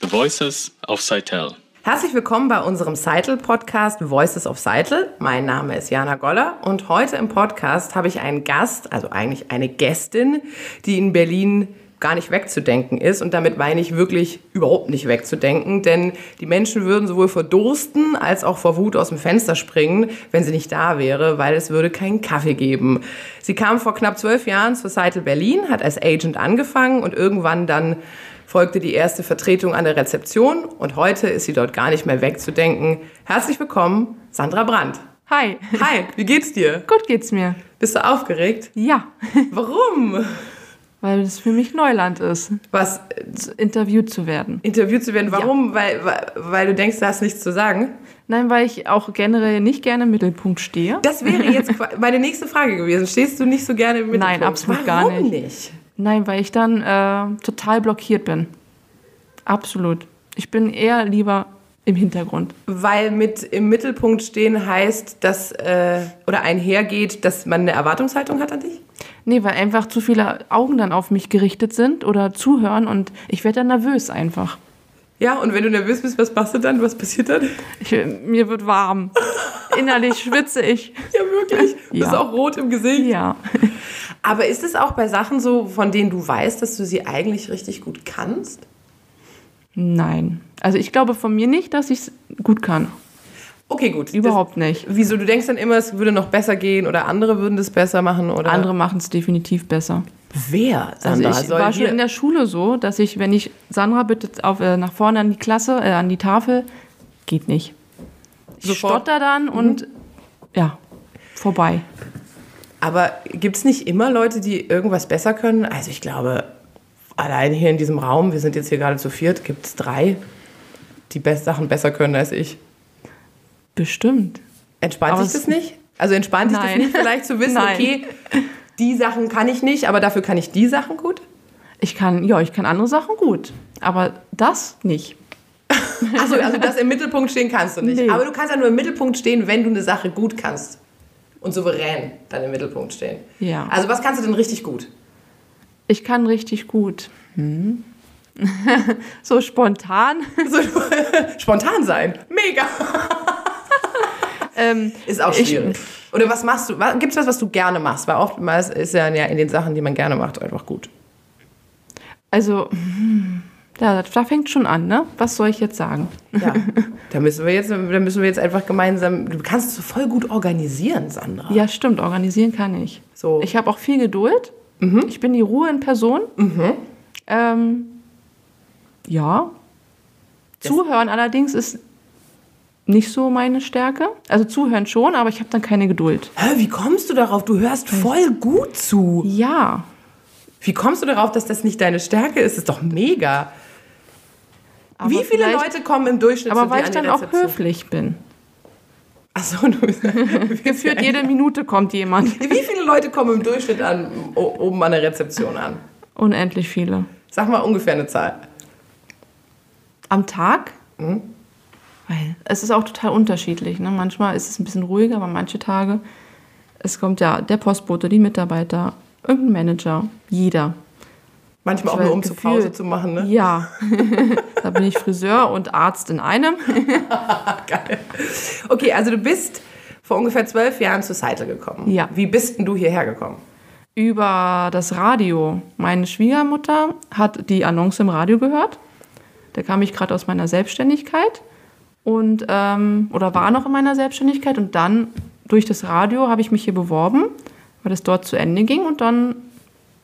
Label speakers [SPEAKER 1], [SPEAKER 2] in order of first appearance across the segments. [SPEAKER 1] The Voices auf Seitel.
[SPEAKER 2] Herzlich willkommen bei unserem Seitel-Podcast Voices of Seitel. Mein Name ist Jana Goller und heute im Podcast habe ich einen Gast, also eigentlich eine Gästin, die in Berlin gar nicht wegzudenken ist. Und damit meine ich wirklich überhaupt nicht wegzudenken, denn die Menschen würden sowohl vor Dursten als auch vor Wut aus dem Fenster springen, wenn sie nicht da wäre, weil es würde keinen Kaffee geben. Sie kam vor knapp zwölf Jahren zur Seitel Berlin, hat als Agent angefangen und irgendwann dann folgte die erste Vertretung an der Rezeption und heute ist sie dort gar nicht mehr wegzudenken. Herzlich willkommen, Sandra Brandt.
[SPEAKER 3] Hi.
[SPEAKER 2] Hi, wie geht's dir?
[SPEAKER 3] Gut geht's mir.
[SPEAKER 2] Bist du aufgeregt?
[SPEAKER 3] Ja,
[SPEAKER 2] Warum?
[SPEAKER 3] weil es für mich Neuland ist,
[SPEAKER 2] Was
[SPEAKER 3] z- interviewt zu werden.
[SPEAKER 2] interviewt zu werden? Warum? Weil, weil, weil du denkst, du hast nichts zu sagen?
[SPEAKER 3] Nein, weil ich auch generell nicht gerne im Mittelpunkt stehe.
[SPEAKER 2] Das wäre jetzt qua- meine nächste Frage gewesen. Stehst du nicht so gerne im Mittelpunkt?
[SPEAKER 3] Nein, absolut gar
[SPEAKER 2] Warum
[SPEAKER 3] nicht.
[SPEAKER 2] nicht?
[SPEAKER 3] Nein, weil ich dann äh, total blockiert bin. Absolut. Ich bin eher lieber im Hintergrund.
[SPEAKER 2] Weil mit im Mittelpunkt stehen heißt, dass äh, oder einhergeht, dass man eine Erwartungshaltung hat an dich?
[SPEAKER 3] Nee, weil einfach zu viele Augen dann auf mich gerichtet sind oder zuhören und ich werde dann nervös einfach.
[SPEAKER 2] Ja, und wenn du nervös bist, was machst du dann? Was passiert dann?
[SPEAKER 3] Ich, mir wird warm. Innerlich schwitze ich.
[SPEAKER 2] Ja, wirklich. Du bist
[SPEAKER 3] Ja.
[SPEAKER 2] auch rot im Gesicht.
[SPEAKER 3] Ja.
[SPEAKER 2] Aber ist es auch bei Sachen so, von denen du weißt, dass du sie eigentlich richtig gut kannst?
[SPEAKER 3] Nein. Also ich glaube von mir nicht, dass ich es gut kann.
[SPEAKER 2] Okay, gut.
[SPEAKER 3] Überhaupt nicht.
[SPEAKER 2] Das, wieso? Du denkst dann immer, es würde noch besser gehen oder andere würden das besser machen oder.
[SPEAKER 3] Andere machen es definitiv besser.
[SPEAKER 2] Wer?
[SPEAKER 3] Also
[SPEAKER 2] Sandra,
[SPEAKER 3] ich
[SPEAKER 2] soll
[SPEAKER 3] war schon
[SPEAKER 2] hier-
[SPEAKER 3] in der Schule so, dass ich, wenn ich Sandra bitte auf, äh, nach vorne an die Klasse, äh, an die Tafel, geht nicht. Ich
[SPEAKER 2] Sofort. Mhm.
[SPEAKER 3] stotter dann und ja, vorbei.
[SPEAKER 2] Aber gibt es nicht immer Leute, die irgendwas besser können? Also ich glaube, allein hier in diesem Raum, wir sind jetzt hier gerade zu viert, gibt es drei, die best Sachen besser können als ich.
[SPEAKER 3] Bestimmt.
[SPEAKER 2] Entspannt
[SPEAKER 3] Aber
[SPEAKER 2] dich
[SPEAKER 3] es-
[SPEAKER 2] das nicht? Also entspannt dich das
[SPEAKER 3] Nein.
[SPEAKER 2] nicht, vielleicht zu wissen,
[SPEAKER 3] Nein.
[SPEAKER 2] okay, die Sachen kann ich nicht, aber dafür kann ich die Sachen gut?
[SPEAKER 3] Ich kann, ja, ich kann andere Sachen gut, aber das nicht.
[SPEAKER 2] Achso, also das im Mittelpunkt stehen kannst du nicht.
[SPEAKER 3] Nee.
[SPEAKER 2] Aber du kannst ja nur im Mittelpunkt stehen, wenn du eine Sache gut kannst. Und souverän dann im Mittelpunkt stehen.
[SPEAKER 3] Ja.
[SPEAKER 2] Also was kannst du denn richtig gut?
[SPEAKER 3] Ich kann richtig gut.
[SPEAKER 2] Mhm.
[SPEAKER 3] so spontan.
[SPEAKER 2] So, spontan sein. Mega.
[SPEAKER 3] Ähm,
[SPEAKER 2] Ist auch
[SPEAKER 3] Ich-
[SPEAKER 2] schwierig. Oder was machst du? Gibt es was, was du gerne machst? Weil oftmals ist ja in den Sachen, die man gerne macht, einfach gut.
[SPEAKER 3] also, hm, da, da fängt schon an, ne? Was soll ich jetzt sagen?
[SPEAKER 2] Ja. da, müssen wir jetzt, da müssen wir jetzt einfach gemeinsam... Du kannst es voll gut organisieren, Sandra.
[SPEAKER 3] Ja, stimmt, organisieren kann ich.
[SPEAKER 2] So.
[SPEAKER 3] Ich habe auch viel Geduld.
[SPEAKER 2] Mhm.
[SPEAKER 3] Ich bin die Ruhe in Person. Ähm, ja. Zuhören allerdings ist nicht so meine Stärke. Also zuhören schon, aber ich habe dann keine Geduld.
[SPEAKER 2] Hä, wie kommst du darauf? Du hörst voll gut zu.
[SPEAKER 3] Ja,
[SPEAKER 2] Wie kommst du darauf, dass das nicht deine Stärke ist? Das ist doch mega.
[SPEAKER 3] aber
[SPEAKER 2] Wie viele
[SPEAKER 3] vielleicht-
[SPEAKER 2] Leute kommen im Durchschnitt zu
[SPEAKER 3] Aber
[SPEAKER 2] dir
[SPEAKER 3] weil ich
[SPEAKER 2] an
[SPEAKER 3] dann
[SPEAKER 2] die
[SPEAKER 3] auch
[SPEAKER 2] Rezeption?
[SPEAKER 3] höflich bin.
[SPEAKER 2] Achso, du bist
[SPEAKER 3] Geführt jede Minute kommt jemand.
[SPEAKER 2] Wie viele Leute kommen im Durchschnitt an, o- oben an der Rezeption an?
[SPEAKER 3] Unendlich viele.
[SPEAKER 2] Sag mal ungefähr eine Zahl.
[SPEAKER 3] Am Tag?
[SPEAKER 2] Hm?
[SPEAKER 3] Weil es ist auch total unterschiedlich. Ne? Manchmal ist es ein bisschen ruhiger, aber manche Tage, es kommt ja der Postbote, die Mitarbeiter, irgendein Manager, jeder.
[SPEAKER 2] Manchmal auch
[SPEAKER 3] Weil
[SPEAKER 2] nur um zur
[SPEAKER 3] gefühlt-
[SPEAKER 2] Pause zu machen, ne?
[SPEAKER 3] Ja. da bin ich Friseur und Arzt in einem.
[SPEAKER 2] Geil. Okay, also du bist vor ungefähr zwölf Jahren zur Seite gekommen.
[SPEAKER 3] Ja.
[SPEAKER 2] Wie bist denn du hierher gekommen?
[SPEAKER 3] Über das Radio. Meine Schwiegermutter hat die Annonce im Radio gehört. Da kam ich gerade aus meiner Selbstständigkeit und ähm, oder war noch in meiner Selbstständigkeit und dann durch das Radio habe ich mich hier beworben, weil das dort zu Ende ging und dann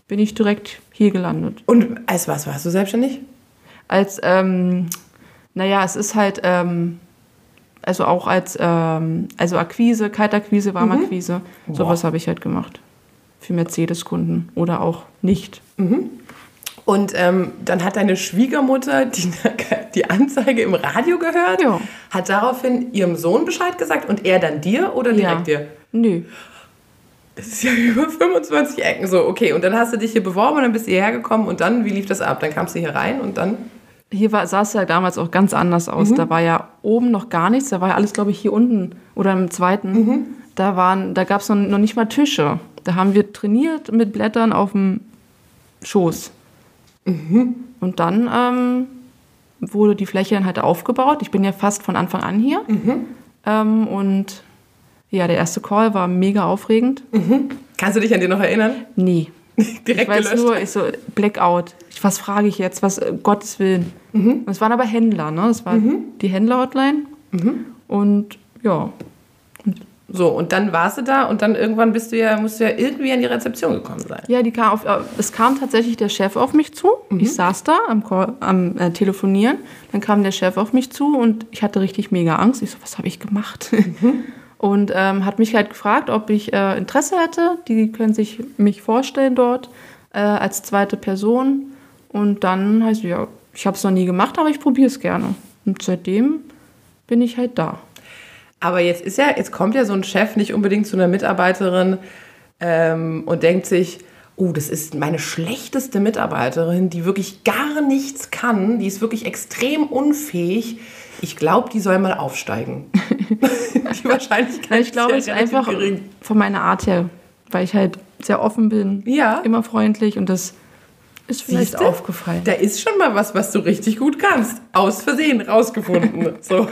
[SPEAKER 3] bin ich direkt hier gelandet.
[SPEAKER 2] Und als was warst du selbstständig?
[SPEAKER 3] Als ähm, naja, es ist halt ähm, also auch als ähm, also Akquise, Kaltakquise, Warmakquise, sowas habe ich halt gemacht für Mercedes-Kunden oder auch nicht.
[SPEAKER 2] Und ähm, dann hat deine Schwiegermutter die, die Anzeige im Radio gehört,
[SPEAKER 3] Ja.
[SPEAKER 2] hat daraufhin ihrem Sohn Bescheid gesagt und er dann dir oder direkt dir?
[SPEAKER 3] Nö.
[SPEAKER 2] Das ist ja über 25 Ecken. So, okay. Und dann hast du dich hier beworben und dann bist du hierher gekommen und dann, wie lief das ab? Dann kamst du hier rein und dann.
[SPEAKER 3] Hier war, sah es ja damals auch ganz anders aus. Da war ja oben noch gar nichts. Da war ja alles, glaube ich, hier unten oder im zweiten. Da, waren, da gab es noch, noch nicht mal Tische. Da haben wir trainiert mit Blättern auf dem Schoß. Und dann ähm, wurde die Fläche dann halt aufgebaut. Ich bin ja fast von Anfang an hier. Ähm, und ja, der erste Call war mega aufregend.
[SPEAKER 2] Kannst du dich an den noch erinnern?
[SPEAKER 3] Nee.
[SPEAKER 2] Direkt
[SPEAKER 3] Ich weiß
[SPEAKER 2] gelöscht.
[SPEAKER 3] nur, ich so, Blackout. Ich, was frage ich jetzt? Was, äh, Gottes Willen.
[SPEAKER 2] Mhm.
[SPEAKER 3] Und Es waren aber Händler, ne? Es war die Händler-Hotline.
[SPEAKER 2] Mhm.
[SPEAKER 3] Und ja,
[SPEAKER 2] So, und dann warst du da und dann irgendwann bist du ja, musst du ja irgendwie an die Rezeption gekommen sein.
[SPEAKER 3] ja die kam auf, äh, es kam tatsächlich der Chef auf mich zu. Ich saß da am, Call, am äh, Telefonieren. Dann kam der Chef auf mich zu und ich hatte richtig mega Angst. Ich so, was habe ich gemacht? Und ähm, hat mich halt gefragt, ob ich äh, Interesse hätte. Die können sich mich vorstellen dort äh, als zweite Person. Und dann heißt ja, ich habe es noch nie gemacht, aber ich probiere es gerne. Und seitdem bin ich halt da.
[SPEAKER 2] Aber jetzt ist ja, jetzt kommt ja so ein Chef nicht unbedingt zu einer Mitarbeiterin ähm, und denkt sich, oh, das ist meine schlechteste Mitarbeiterin, die wirklich gar nichts kann, die ist wirklich extrem unfähig. Ich glaube, die soll mal aufsteigen. die Wahrscheinlichkeit
[SPEAKER 3] ich glaube, es
[SPEAKER 2] ist
[SPEAKER 3] ist
[SPEAKER 2] ja relativ
[SPEAKER 3] einfach
[SPEAKER 2] gering.
[SPEAKER 3] von meiner Art her, weil ich halt sehr offen bin,
[SPEAKER 2] Ja.
[SPEAKER 3] immer freundlich und das ist vielleicht
[SPEAKER 2] Siehste?
[SPEAKER 3] aufgefallen.
[SPEAKER 2] Da ist schon mal was, was du richtig gut kannst. Aus Versehen rausgefunden. So.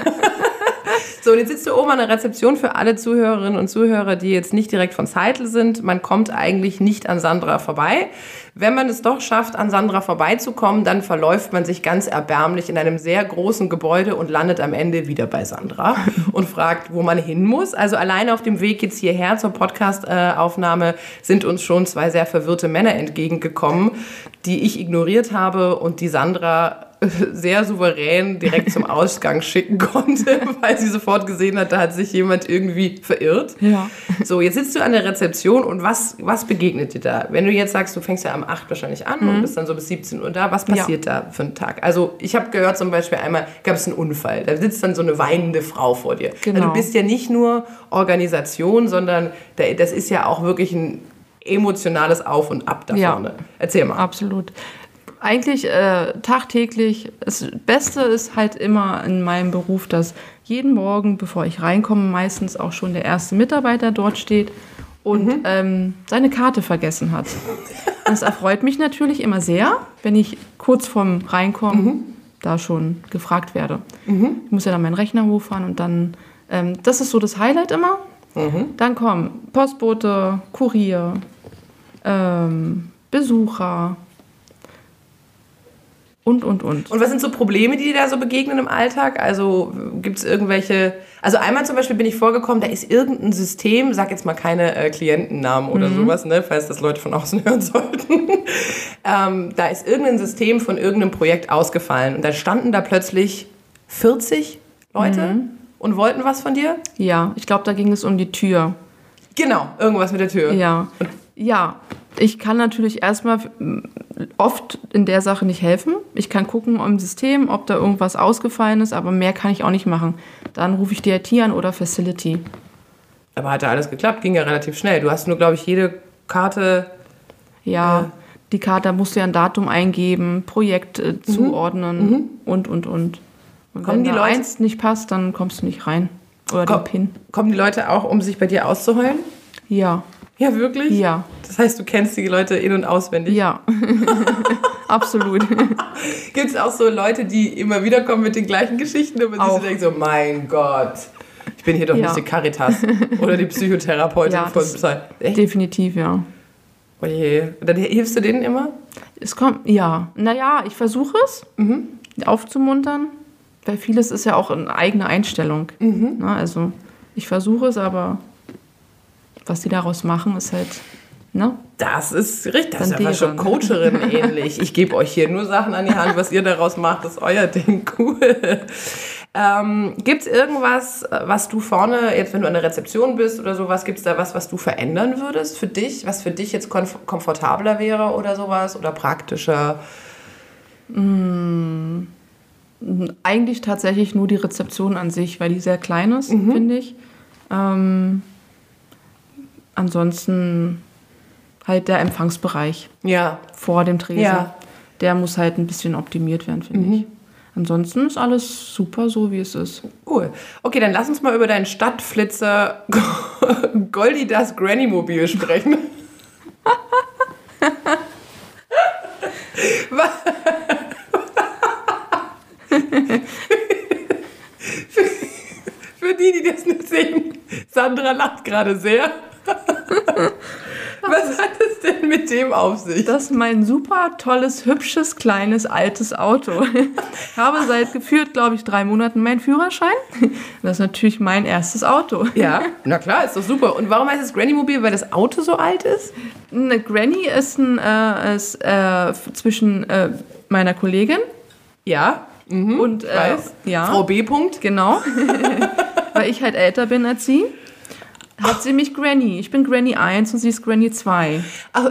[SPEAKER 2] So, und jetzt sitzt du oben an der Rezeption für alle Zuhörerinnen und Zuhörer, die jetzt nicht direkt von Seidel sind. Man kommt eigentlich nicht an Sandra vorbei. Wenn man es doch schafft, an Sandra vorbeizukommen, dann verläuft man sich ganz erbärmlich in einem sehr großen Gebäude und landet am Ende wieder bei Sandra und fragt, wo man hin muss. Also alleine auf dem Weg jetzt hierher zur Podcast-Aufnahme sind uns schon zwei sehr verwirrte Männer entgegengekommen, die ich ignoriert habe und die Sandra sehr souverän direkt zum Ausgang schicken konnte, weil sie sofort gesehen hat, da hat sich jemand irgendwie verirrt.
[SPEAKER 3] Ja.
[SPEAKER 2] So, jetzt sitzt du an der Rezeption und was, was begegnet dir da? Wenn du jetzt sagst, du fängst ja am 8 wahrscheinlich an
[SPEAKER 3] Mhm.
[SPEAKER 2] und bist dann so bis 17 Uhr da, was passiert da für einen Tag? Also ich habe gehört zum Beispiel einmal, gab es einen Unfall, da sitzt dann so eine weinende Frau vor dir.
[SPEAKER 3] Genau.
[SPEAKER 2] Also du bist ja nicht nur Organisation, sondern da, das ist ja auch wirklich ein emotionales Auf und Ab da
[SPEAKER 3] Ja.
[SPEAKER 2] vorne. Erzähl mal.
[SPEAKER 3] Absolut. Eigentlich äh, tagtäglich. Das Beste ist halt immer in meinem Beruf, dass jeden Morgen, bevor ich reinkomme, meistens auch schon der erste Mitarbeiter dort steht und ähm, seine Karte vergessen hat. Das erfreut mich natürlich immer sehr, wenn ich kurz vorm Reinkommen da schon gefragt werde. Ich muss ja dann meinen Rechner hochfahren und dann, ähm, das ist so das Highlight immer. Dann kommen Postbote, Kurier, ähm, Besucher und, und, und.
[SPEAKER 2] Und was sind so Probleme, die dir da so begegnen im Alltag? Also gibt es irgendwelche. Also einmal zum Beispiel bin ich vorgekommen, da ist irgendein System, sag jetzt mal keine äh, Klientennamen
[SPEAKER 3] Mhm.
[SPEAKER 2] oder sowas, ne, falls das Leute von außen hören sollten. ähm, da ist irgendein System von irgendeinem Projekt ausgefallen. Und dann standen da plötzlich 40 Leute
[SPEAKER 3] Mhm.
[SPEAKER 2] und wollten was von dir?
[SPEAKER 3] Ja, ich glaube, da ging es um die Tür.
[SPEAKER 2] Genau, irgendwas mit der Tür.
[SPEAKER 3] Ja. Ja, ich kann natürlich erstmal mm, oft in der Sache nicht helfen. Ich kann gucken im System, ob da irgendwas ausgefallen ist, aber mehr kann ich auch nicht machen. Dann rufe ich die IT an oder Facility.
[SPEAKER 2] Aber hat da alles geklappt, ging ja relativ schnell. Du hast nur, glaube ich, jede Karte.
[SPEAKER 3] Ja, die Karte, da musst du ja ein Datum eingeben, Projekt äh, zuordnen und, und, und. Und
[SPEAKER 2] Mhm. Kommen
[SPEAKER 3] wenn
[SPEAKER 2] die
[SPEAKER 3] da
[SPEAKER 2] Leute-
[SPEAKER 3] eins nicht passt, dann kommst du nicht rein. Oder
[SPEAKER 2] Komm-
[SPEAKER 3] den PIN.
[SPEAKER 2] Kommen die Leute auch, um sich bei dir auszuheulen?
[SPEAKER 3] Ja,
[SPEAKER 2] Ja, wirklich?
[SPEAKER 3] ja,
[SPEAKER 2] Das heißt, du kennst die Leute in- und auswendig.
[SPEAKER 3] ja. Absolut.
[SPEAKER 2] Gibt es auch so Leute, die immer wieder kommen mit den gleichen Geschichten und man sich so
[SPEAKER 3] Auch.
[SPEAKER 2] denkt so, mein Gott, ich bin hier doch
[SPEAKER 3] Ja.
[SPEAKER 2] nicht die Caritas oder die Psychotherapeutin
[SPEAKER 3] Ja,
[SPEAKER 2] von
[SPEAKER 3] das-
[SPEAKER 2] Psy. Echt?
[SPEAKER 3] Definitiv, ja.
[SPEAKER 2] Oje. Und dann hilfst du denen immer?
[SPEAKER 3] Es kommt, ja. Naja, ich versuche es
[SPEAKER 2] Mhm.
[SPEAKER 3] aufzumuntern, weil vieles ist ja auch eine eigene Einstellung.
[SPEAKER 2] Mhm.
[SPEAKER 3] Na, also, ich versuche es, aber was die daraus machen, ist halt, ne?
[SPEAKER 2] Das ist richtig, das ist
[SPEAKER 3] Dann
[SPEAKER 2] einfach schon
[SPEAKER 3] deren.
[SPEAKER 2] Coacherin ähnlich. Ich gebe euch hier nur Sachen an die Hand, was ihr daraus macht, ist euer Ding, cool. Ähm, gibt es irgendwas, was du vorne, jetzt wenn du an der Rezeption bist oder sowas, gibt es da was, was du verändern würdest für dich, was für dich jetzt konf komfortabler wäre oder sowas oder praktischer?
[SPEAKER 3] Eigentlich tatsächlich nur die Mhm. Rezeption an sich, weil die sehr klein ist, finde ich. Ähm, ansonsten halt der Empfangsbereich
[SPEAKER 2] Ja.
[SPEAKER 3] vor dem Tresen.
[SPEAKER 2] Ja.
[SPEAKER 3] Der muss halt ein bisschen optimiert werden, finde ich. Ansonsten ist alles super so, wie es ist.
[SPEAKER 2] Cool. Okay, dann lass uns mal über deinen Stadtflitzer Goldi das Granny Mobil sprechen. Wa- für, für die, die das nicht sehen, Sandra lacht gerade sehr. Was hat es denn mit dem auf sich?
[SPEAKER 3] Das ist mein super tolles, hübsches, kleines, altes Auto. Ich habe seit geführt, glaube ich, drei Monaten meinen Führerschein. Das ist natürlich mein erstes Auto.
[SPEAKER 2] Ja, na klar, ist doch super. Und warum heißt es Granny Mobil? Weil das Auto so alt ist?
[SPEAKER 3] Eine Granny ist, ein, äh, ist äh, f- zwischen äh, meiner Kollegin
[SPEAKER 2] Ja. mhm.
[SPEAKER 3] und äh,
[SPEAKER 2] Hm, weiß.
[SPEAKER 3] ja,
[SPEAKER 2] Frau B. Punkt.
[SPEAKER 3] genau, weil ich halt älter bin als sie, hat sie mich Granny. Ich bin Granny 1 und sie ist Granny 2.
[SPEAKER 2] Also,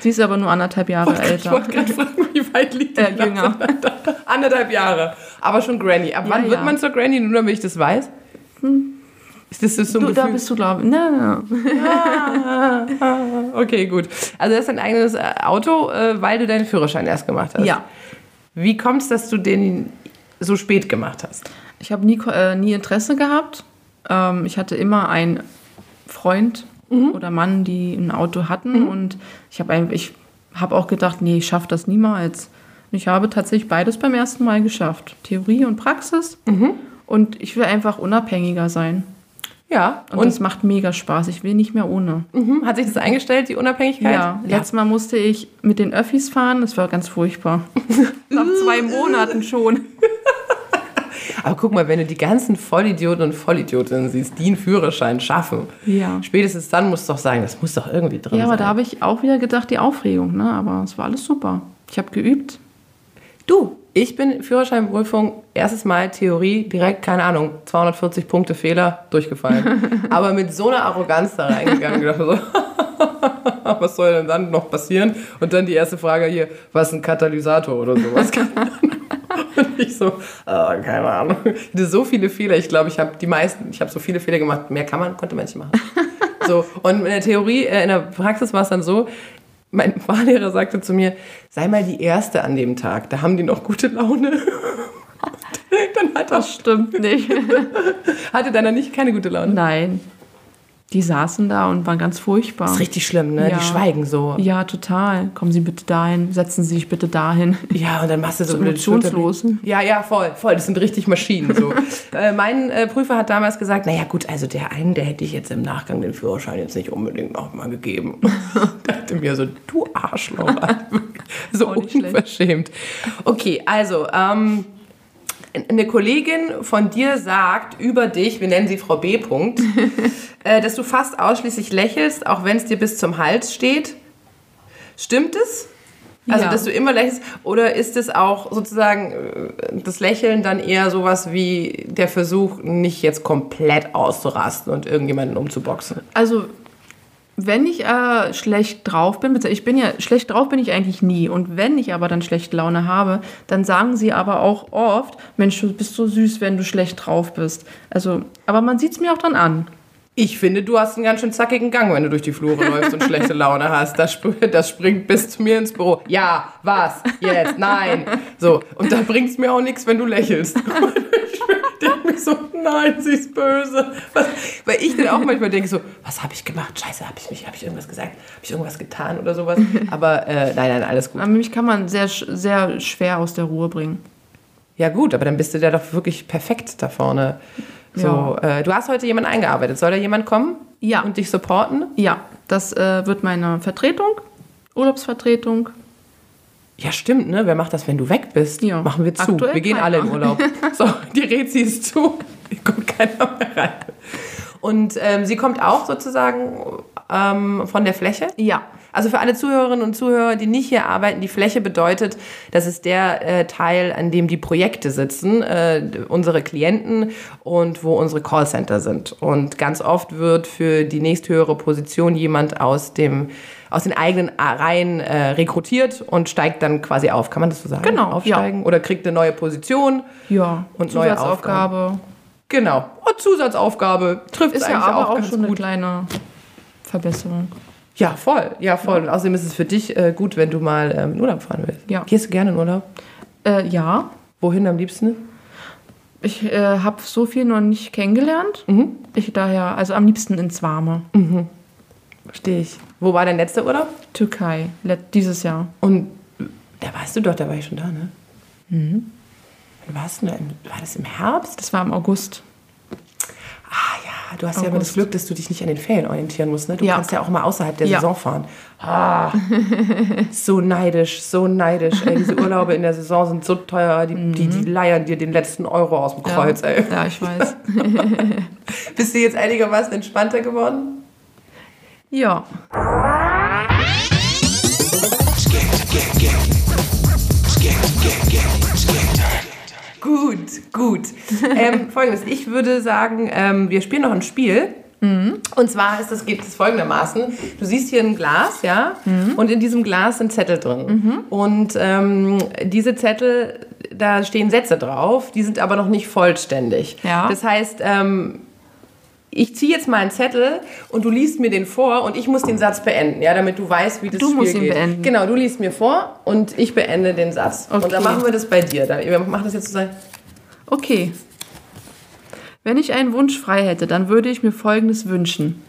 [SPEAKER 3] Sie ist aber nur anderthalb Jahre
[SPEAKER 2] Ich
[SPEAKER 3] älter.
[SPEAKER 2] wollte gerade fragen, wie weit liegt die
[SPEAKER 3] Äh, jünger.
[SPEAKER 2] Anderthalb Jahre. Aber schon Granny. Ab wann
[SPEAKER 3] Ja,
[SPEAKER 2] wird
[SPEAKER 3] ja.
[SPEAKER 2] man zur Granny, nur damit ich das weiß? Ist das so ein
[SPEAKER 3] Du, da
[SPEAKER 2] Gefühl?
[SPEAKER 3] bist du, glaube ich. ne, Na, na.
[SPEAKER 2] okay, gut. Also das ist dein eigenes äh, Auto, äh, weil du deinen Führerschein erst gemacht hast.
[SPEAKER 3] Ja.
[SPEAKER 2] Wie kommt es, dass du den so spät gemacht hast?
[SPEAKER 3] Ich habe nie, ko- äh, nie Interesse gehabt. Ähm, ich hatte immer einen Freund
[SPEAKER 2] Mhm.
[SPEAKER 3] oder Mann, die ein Auto hatten. Und ich habe ein- ich hab auch gedacht, nee, ich schaffe das niemals. Und ich habe tatsächlich beides beim ersten Mal geschafft. Theorie und Praxis.
[SPEAKER 2] Mhm.
[SPEAKER 3] Und ich will einfach unabhängiger sein.
[SPEAKER 2] Ja.
[SPEAKER 3] Und,
[SPEAKER 2] Und,
[SPEAKER 3] das macht mega Spaß. Ich will nicht mehr ohne.
[SPEAKER 2] mhm, hat sich das eingestellt, die Unabhängigkeit?
[SPEAKER 3] Ja, letztes Mal musste ich mit den Öffis fahren. Das war ganz furchtbar. Nach
[SPEAKER 2] Äh.
[SPEAKER 3] zwei Monaten schon.
[SPEAKER 2] Aber guck mal, wenn du die ganzen Vollidioten und Vollidiotinnen siehst, die einen Führerschein schaffen,
[SPEAKER 3] Ja.
[SPEAKER 2] spätestens dann musst du doch sagen, das muss doch irgendwie drin
[SPEAKER 3] Ja, aber
[SPEAKER 2] sein.
[SPEAKER 3] da habe ich auch wieder gedacht, die Aufregung, ne? Aber es war alles super. Ich habe geübt.
[SPEAKER 2] Du, ich bin Führerscheinprüfung, erstes Mal Theorie, direkt, keine Ahnung, 240 Punkte Fehler, durchgefallen. Aber mit so einer Arroganz da reingegangen, gedacht so, was soll denn dann noch passieren? Und dann die erste Frage hier, was ist ein Katalysator oder sowas? Und ich so, oh, keine Ahnung. Ich hatte so viele Fehler, ich glaube, ich habe die meisten, ich habe so viele Fehler gemacht, mehr kann man, konnte man nicht machen. So, und in der Theorie, äh, in der Praxis war es dann so, mein Fahrlehrer sagte zu mir, sei mal die Erste an dem Tag, da haben die noch gute Laune. dann hat er,
[SPEAKER 3] Das stimmt nicht.
[SPEAKER 2] hatte dann nicht keine gute Laune.
[SPEAKER 3] Nein. Die saßen da und waren ganz furchtbar.
[SPEAKER 2] Das ist richtig schlimm, ne?
[SPEAKER 3] Ja.
[SPEAKER 2] Die schweigen so.
[SPEAKER 3] Ja, total. Kommen Sie bitte dahin. Setzen Sie sich bitte dahin.
[SPEAKER 2] Ja, und dann machst du so,
[SPEAKER 3] So
[SPEAKER 2] blöde
[SPEAKER 3] emotionslos.
[SPEAKER 2] Schulter- Ja, ja, voll, voll. Das sind richtig Maschinen. So. äh, mein äh, Prüfer hat damals gesagt, naja gut, also der einen, der hätte ich jetzt im Nachgang den Führerschein jetzt nicht unbedingt nochmal gegeben. dachte mir so, du Arschloch. so
[SPEAKER 3] Auch nicht schlecht.
[SPEAKER 2] unverschämt. Okay, also, ähm, eine Kollegin von dir sagt über dich, wir nennen sie Frau B. Punkt, äh, dass du fast ausschließlich lächelst, auch wenn es dir bis zum Hals steht. Stimmt es? Also,
[SPEAKER 3] Ja.
[SPEAKER 2] dass du immer lächelst? Oder ist es auch sozusagen äh, das Lächeln dann eher sowas wie der Versuch, nicht jetzt komplett auszurasten und irgendjemanden umzuboxen?
[SPEAKER 3] Also, wenn ich äh, schlecht drauf bin, beziehungsweise ich bin ja schlecht drauf bin ich eigentlich nie. Und wenn ich aber dann schlechte Laune habe, dann sagen sie aber auch oft, Mensch, du bist so süß, wenn du schlecht drauf bist. Also, aber man sieht es mir auch dann an.
[SPEAKER 2] Ich finde, du hast einen ganz schön zackigen Gang, wenn du durch die Flure läufst und schlechte Laune hast. Das, sp das springt bis zu mir ins Büro. Ja, was? Jetzt? Nein. So, und da bringt es mir auch nichts, wenn du lächelst. Und ich denke mir so, nein, sie ist böse. Was? Weil ich dann auch manchmal denke so, was habe ich gemacht? Scheiße, habe ich mich, habe ich irgendwas gesagt? Habe ich irgendwas getan oder sowas? Aber äh, nein, nein, alles gut.
[SPEAKER 3] Aber mich kann man sehr, sch- sehr schwer aus der Ruhe bringen.
[SPEAKER 2] Ja gut, aber dann bist du da doch wirklich perfekt da vorne. So, äh, du hast heute jemanden eingearbeitet. Soll da jemand kommen?
[SPEAKER 3] Ja.
[SPEAKER 2] Und dich supporten?
[SPEAKER 3] Ja, das äh, wird meine Vertretung, Urlaubsvertretung.
[SPEAKER 2] Ja, stimmt, ne? Wer macht das, wenn du weg bist?
[SPEAKER 3] Ja.
[SPEAKER 2] Machen wir zu.
[SPEAKER 3] Aktuell
[SPEAKER 2] wir gehen alle in
[SPEAKER 3] keiner.
[SPEAKER 2] Urlaub. So, die Rezi ist zu. Hier kommt keiner mehr rein. Und ähm, sie kommt auch sozusagen ähm, von der Fläche?
[SPEAKER 3] Ja.
[SPEAKER 2] Also für alle Zuhörerinnen und Zuhörer, die nicht hier arbeiten, die Fläche bedeutet, das ist der äh, Teil, an dem die Projekte sitzen, äh, unsere Klienten und wo unsere Callcenter sind. Und ganz oft wird für die nächsthöhere Position jemand aus dem aus den eigenen A- Reihen äh, rekrutiert und steigt dann quasi auf. Kann man das so sagen?
[SPEAKER 3] Genau, ja.
[SPEAKER 2] Aufsteigen oder kriegt eine neue Position.
[SPEAKER 3] Ja.
[SPEAKER 2] Und neue
[SPEAKER 3] Zusatzaufgabe.
[SPEAKER 2] Genau. Und Zusatzaufgabe trifft es
[SPEAKER 3] Ist
[SPEAKER 2] eigentlich
[SPEAKER 3] ja aber
[SPEAKER 2] auch,
[SPEAKER 3] auch,
[SPEAKER 2] ganz
[SPEAKER 3] schon eine
[SPEAKER 2] gut.
[SPEAKER 3] kleine Verbesserung.
[SPEAKER 2] Ja, voll. Ja, voll. Und außerdem ist es für dich äh, gut, wenn du mal ähm, in Urlaub fahren willst.
[SPEAKER 3] Ja.
[SPEAKER 2] Gehst du gerne in Urlaub?
[SPEAKER 3] Äh, ja,
[SPEAKER 2] Wohin am liebsten?
[SPEAKER 3] ich äh, habe so viel noch nicht kennengelernt.
[SPEAKER 2] Mhm.
[SPEAKER 3] Ich daher, also am liebsten ins Warme.
[SPEAKER 2] Verstehe ich. Wo war dein letzter Urlaub?
[SPEAKER 3] Türkei, let- dieses Jahr.
[SPEAKER 2] Und da warst du doch, da war ich schon da, ne? Mhm. Wann warst du da? Im, war das im Herbst?
[SPEAKER 3] Das war im August.
[SPEAKER 2] Ah ja, du hast ja immer
[SPEAKER 3] August.
[SPEAKER 2] das Glück, dass du dich nicht an den Ferien orientieren musst, ne? Du
[SPEAKER 3] Ja.
[SPEAKER 2] kannst ja auch mal außerhalb der
[SPEAKER 3] Ja.
[SPEAKER 2] Saison fahren. Ah, so neidisch, so neidisch. Ey, diese Urlaube in der Saison sind so teuer, die, die, die leiern dir den letzten Euro aus dem Kreuz,
[SPEAKER 3] Mhm. ja.
[SPEAKER 2] ey.
[SPEAKER 3] Ja, ich weiß.
[SPEAKER 2] Bist du jetzt einigermaßen entspannter geworden?
[SPEAKER 3] ja.
[SPEAKER 2] Gut, gut. Ähm, Folgendes, ich würde sagen, ähm, wir spielen noch ein Spiel.
[SPEAKER 3] Mhm.
[SPEAKER 2] Und zwar ist das, geht es folgendermaßen. Du siehst hier ein Glas, ja,
[SPEAKER 3] Mhm.
[SPEAKER 2] und in diesem Glas sind Zettel drin. Und ähm, diese Zettel, da stehen Sätze drauf, die sind aber noch nicht vollständig.
[SPEAKER 3] Ja.
[SPEAKER 2] Das heißt, ähm, ich ziehe jetzt mal einen Zettel und du liest mir den vor und ich muss den Satz beenden, ja, damit du weißt, wie das
[SPEAKER 3] Du
[SPEAKER 2] Spiel
[SPEAKER 3] musst ihn
[SPEAKER 2] geht.
[SPEAKER 3] beenden.
[SPEAKER 2] Genau, du liest mir vor und ich beende den Satz. Und
[SPEAKER 3] Okay.
[SPEAKER 2] dann machen wir das bei dir. Dann- Wir machen das jetzt so.
[SPEAKER 3] Okay. Wenn ich einen Wunsch frei hätte, dann würde ich mir Folgendes wünschen.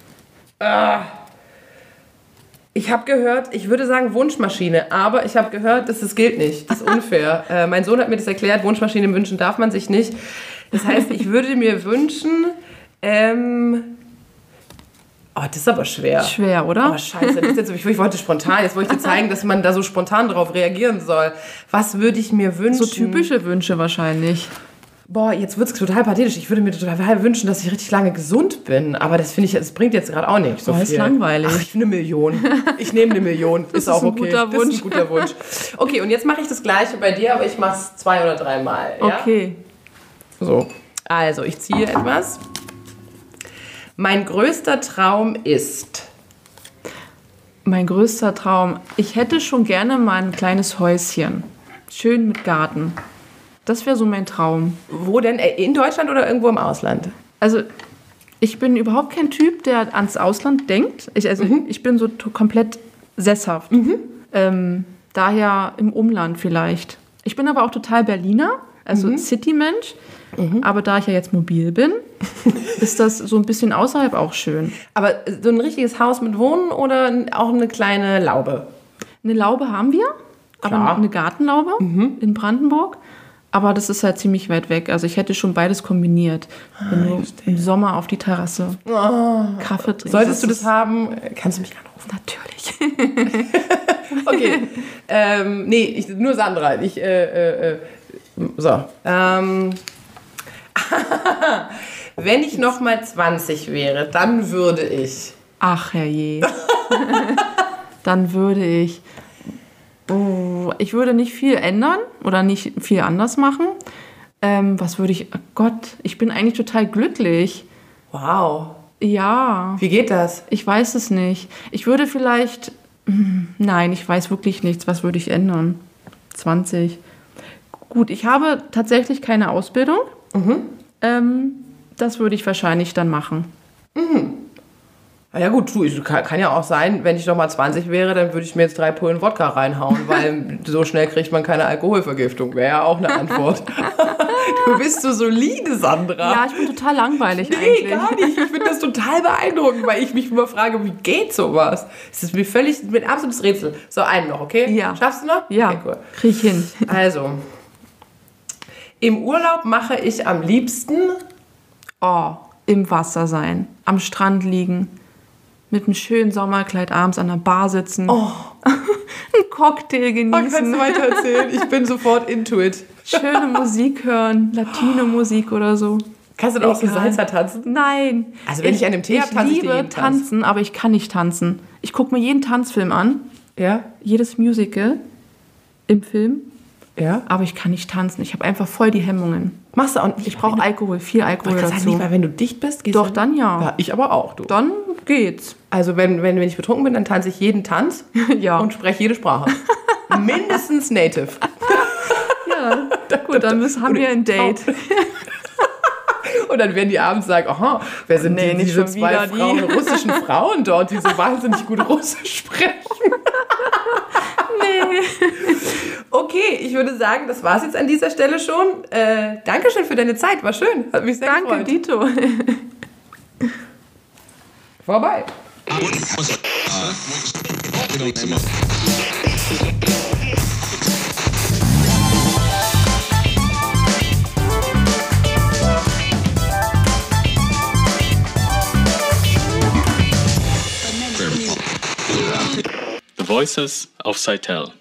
[SPEAKER 2] Ich habe gehört, ich würde sagen Wunschmaschine, aber ich habe gehört, dass das gilt nicht. Das ist unfair. äh, mein Sohn hat mir das erklärt, Wunschmaschine wünschen darf man sich nicht. Das heißt, ich würde mir wünschen, ähm, oh, das ist aber schwer.
[SPEAKER 3] Schwer, oder?
[SPEAKER 2] Oh, scheiße, das ist jetzt, ich, ich wollte spontan, jetzt wollte ich dir zeigen, dass man da so spontan drauf reagieren soll. Was würde ich mir wünschen?
[SPEAKER 3] so typische Wünsche wahrscheinlich.
[SPEAKER 2] Boah, jetzt wird's total pathetisch. Ich würde mir total wünschen, dass ich richtig lange gesund bin. Aber das finde ich, das bringt jetzt gerade auch nicht so
[SPEAKER 3] Boah,
[SPEAKER 2] viel.
[SPEAKER 3] ist langweilig.
[SPEAKER 2] Ach, ich eine Million. Ich nehme eine Million. ist,
[SPEAKER 3] ist
[SPEAKER 2] auch
[SPEAKER 3] ein
[SPEAKER 2] okay.
[SPEAKER 3] guter
[SPEAKER 2] das ist
[SPEAKER 3] Wunsch.
[SPEAKER 2] ein guter Wunsch. Okay, und jetzt mache ich das Gleiche bei dir, aber ich mache es zwei oder dreimal. Ja?
[SPEAKER 3] Okay.
[SPEAKER 2] So. Also, ich ziehe etwas. Mein größter Traum ist.
[SPEAKER 3] Mein größter Traum. Ich hätte schon gerne mal ein kleines Häuschen. Schön mit Garten. Das wäre so mein Traum.
[SPEAKER 2] Wo denn? Äh, In Deutschland oder irgendwo im Ausland?
[SPEAKER 3] Also, ich bin überhaupt kein Typ, der ans Ausland denkt. Ich, also, ich bin so to- komplett sesshaft. Ähm, daher im Umland vielleicht. Ich bin aber auch total Berliner, also City-Mensch. Aber da ich ja jetzt mobil bin, ist das so ein bisschen außerhalb auch schön.
[SPEAKER 2] Aber äh, so ein richtiges Haus mit Wohnen oder auch eine kleine Laube?
[SPEAKER 3] Eine Laube haben wir,
[SPEAKER 2] Klar. Mhm.
[SPEAKER 3] aber eine Gartenlaube in Brandenburg. Aber das ist halt ziemlich weit weg. Also ich hätte schon beides kombiniert.
[SPEAKER 2] Ah,
[SPEAKER 3] Wenn du im Sommer auf die Terrasse Kaffee trinkst.
[SPEAKER 2] Solltest du das haben, äh, kannst du mich anrufen.
[SPEAKER 3] Natürlich.
[SPEAKER 2] Okay. ähm, nee, ich, nur Sandra. Ich, äh, äh, äh, so. Ähm, wenn ich noch mal 20 wäre, dann würde ich.
[SPEAKER 3] Ach herrje. Dann würde ich. Oh, ich würde nicht viel ändern oder nicht viel anders machen. Ähm, was würde ich. Oh Gott, ich bin eigentlich total glücklich.
[SPEAKER 2] Wow.
[SPEAKER 3] Ja.
[SPEAKER 2] Wie geht das?
[SPEAKER 3] Ich weiß es nicht. Ich würde vielleicht. Hm, Nein, ich weiß wirklich nichts. Was würde ich ändern? 20. Gut, ich habe tatsächlich keine Ausbildung.
[SPEAKER 2] Mhm.
[SPEAKER 3] Ähm, das würde ich wahrscheinlich dann machen.
[SPEAKER 2] Na Ah ja gut, du, ich- kann, kann ja auch sein, wenn ich noch mal 20 wäre, dann würde ich mir jetzt drei Pullen Wodka reinhauen, weil so schnell kriegt man keine Alkoholvergiftung. Wäre ja auch eine Antwort. du bist so solide, Sandra.
[SPEAKER 3] Ja, ich bin total langweilig
[SPEAKER 2] Nee,
[SPEAKER 3] eigentlich.
[SPEAKER 2] gar nicht. Ich finde das total beeindruckend, weil ich mich immer frage, wie geht sowas? Es ist mir völlig, mit absolutes Rätsel. So, einen noch, okay?
[SPEAKER 3] Ja.
[SPEAKER 2] Schaffst du noch?
[SPEAKER 3] Ja,
[SPEAKER 2] Okay, cool.
[SPEAKER 3] krieg ich hin.
[SPEAKER 2] Also, im Urlaub mache ich am liebsten,
[SPEAKER 3] Oh, im Wasser sein, am Strand liegen, mit einem schönen Sommerkleid abends an der Bar sitzen,
[SPEAKER 2] Oh.
[SPEAKER 3] einen Cocktail genießen,
[SPEAKER 2] weiter erzählen? Ich bin sofort into it.
[SPEAKER 3] schöne Musik hören, Latino-Musik oder so.
[SPEAKER 2] Kannst du da auch so
[SPEAKER 3] Egal.
[SPEAKER 2] Salsa tanzen?
[SPEAKER 3] Nein.
[SPEAKER 2] Also wenn ich an dem Tee hab, tanze ich
[SPEAKER 3] Ich
[SPEAKER 2] dir
[SPEAKER 3] liebe
[SPEAKER 2] jeden Tanz.
[SPEAKER 3] tanzen, aber ich kann nicht tanzen. Ich gucke mir jeden Tanzfilm an,
[SPEAKER 2] Ja,
[SPEAKER 3] jedes Musical im Film,
[SPEAKER 2] ja.
[SPEAKER 3] aber ich kann nicht tanzen. Ich habe einfach voll die Hemmungen.
[SPEAKER 2] Machst du auch nicht.
[SPEAKER 3] Ich brauche Alkohol, viel Alkohol
[SPEAKER 2] das heißt
[SPEAKER 3] dazu.
[SPEAKER 2] nicht mal, wenn du dicht bist, gehst
[SPEAKER 3] Doch,
[SPEAKER 2] du-
[SPEAKER 3] dann ja.
[SPEAKER 2] ja. Ich aber auch, du.
[SPEAKER 3] Dann geht's.
[SPEAKER 2] Also wenn, wenn, wenn ich betrunken bin, dann tanze ich jeden Tanz
[SPEAKER 3] Ja.
[SPEAKER 2] und spreche jede Sprache. Mindestens Native.
[SPEAKER 3] Ja, gut, dann müssen- haben wir ein Date.
[SPEAKER 2] Und dann werden die abends sagen, aha, wer sind
[SPEAKER 3] Nee,
[SPEAKER 2] die,
[SPEAKER 3] nicht
[SPEAKER 2] diese
[SPEAKER 3] schon
[SPEAKER 2] zwei
[SPEAKER 3] wieder die.
[SPEAKER 2] Frauen, russischen Frauen dort, die so wahnsinnig gut Russisch sprechen.
[SPEAKER 3] Nee.
[SPEAKER 2] Okay, ich würde sagen, das war's jetzt an dieser Stelle schon. Äh, Dankeschön für deine Zeit, war schön. Hat mich sehr
[SPEAKER 3] Danke,
[SPEAKER 2] gefreut.
[SPEAKER 3] Dito.
[SPEAKER 2] Vorbei.
[SPEAKER 1] The Voices of Seitel.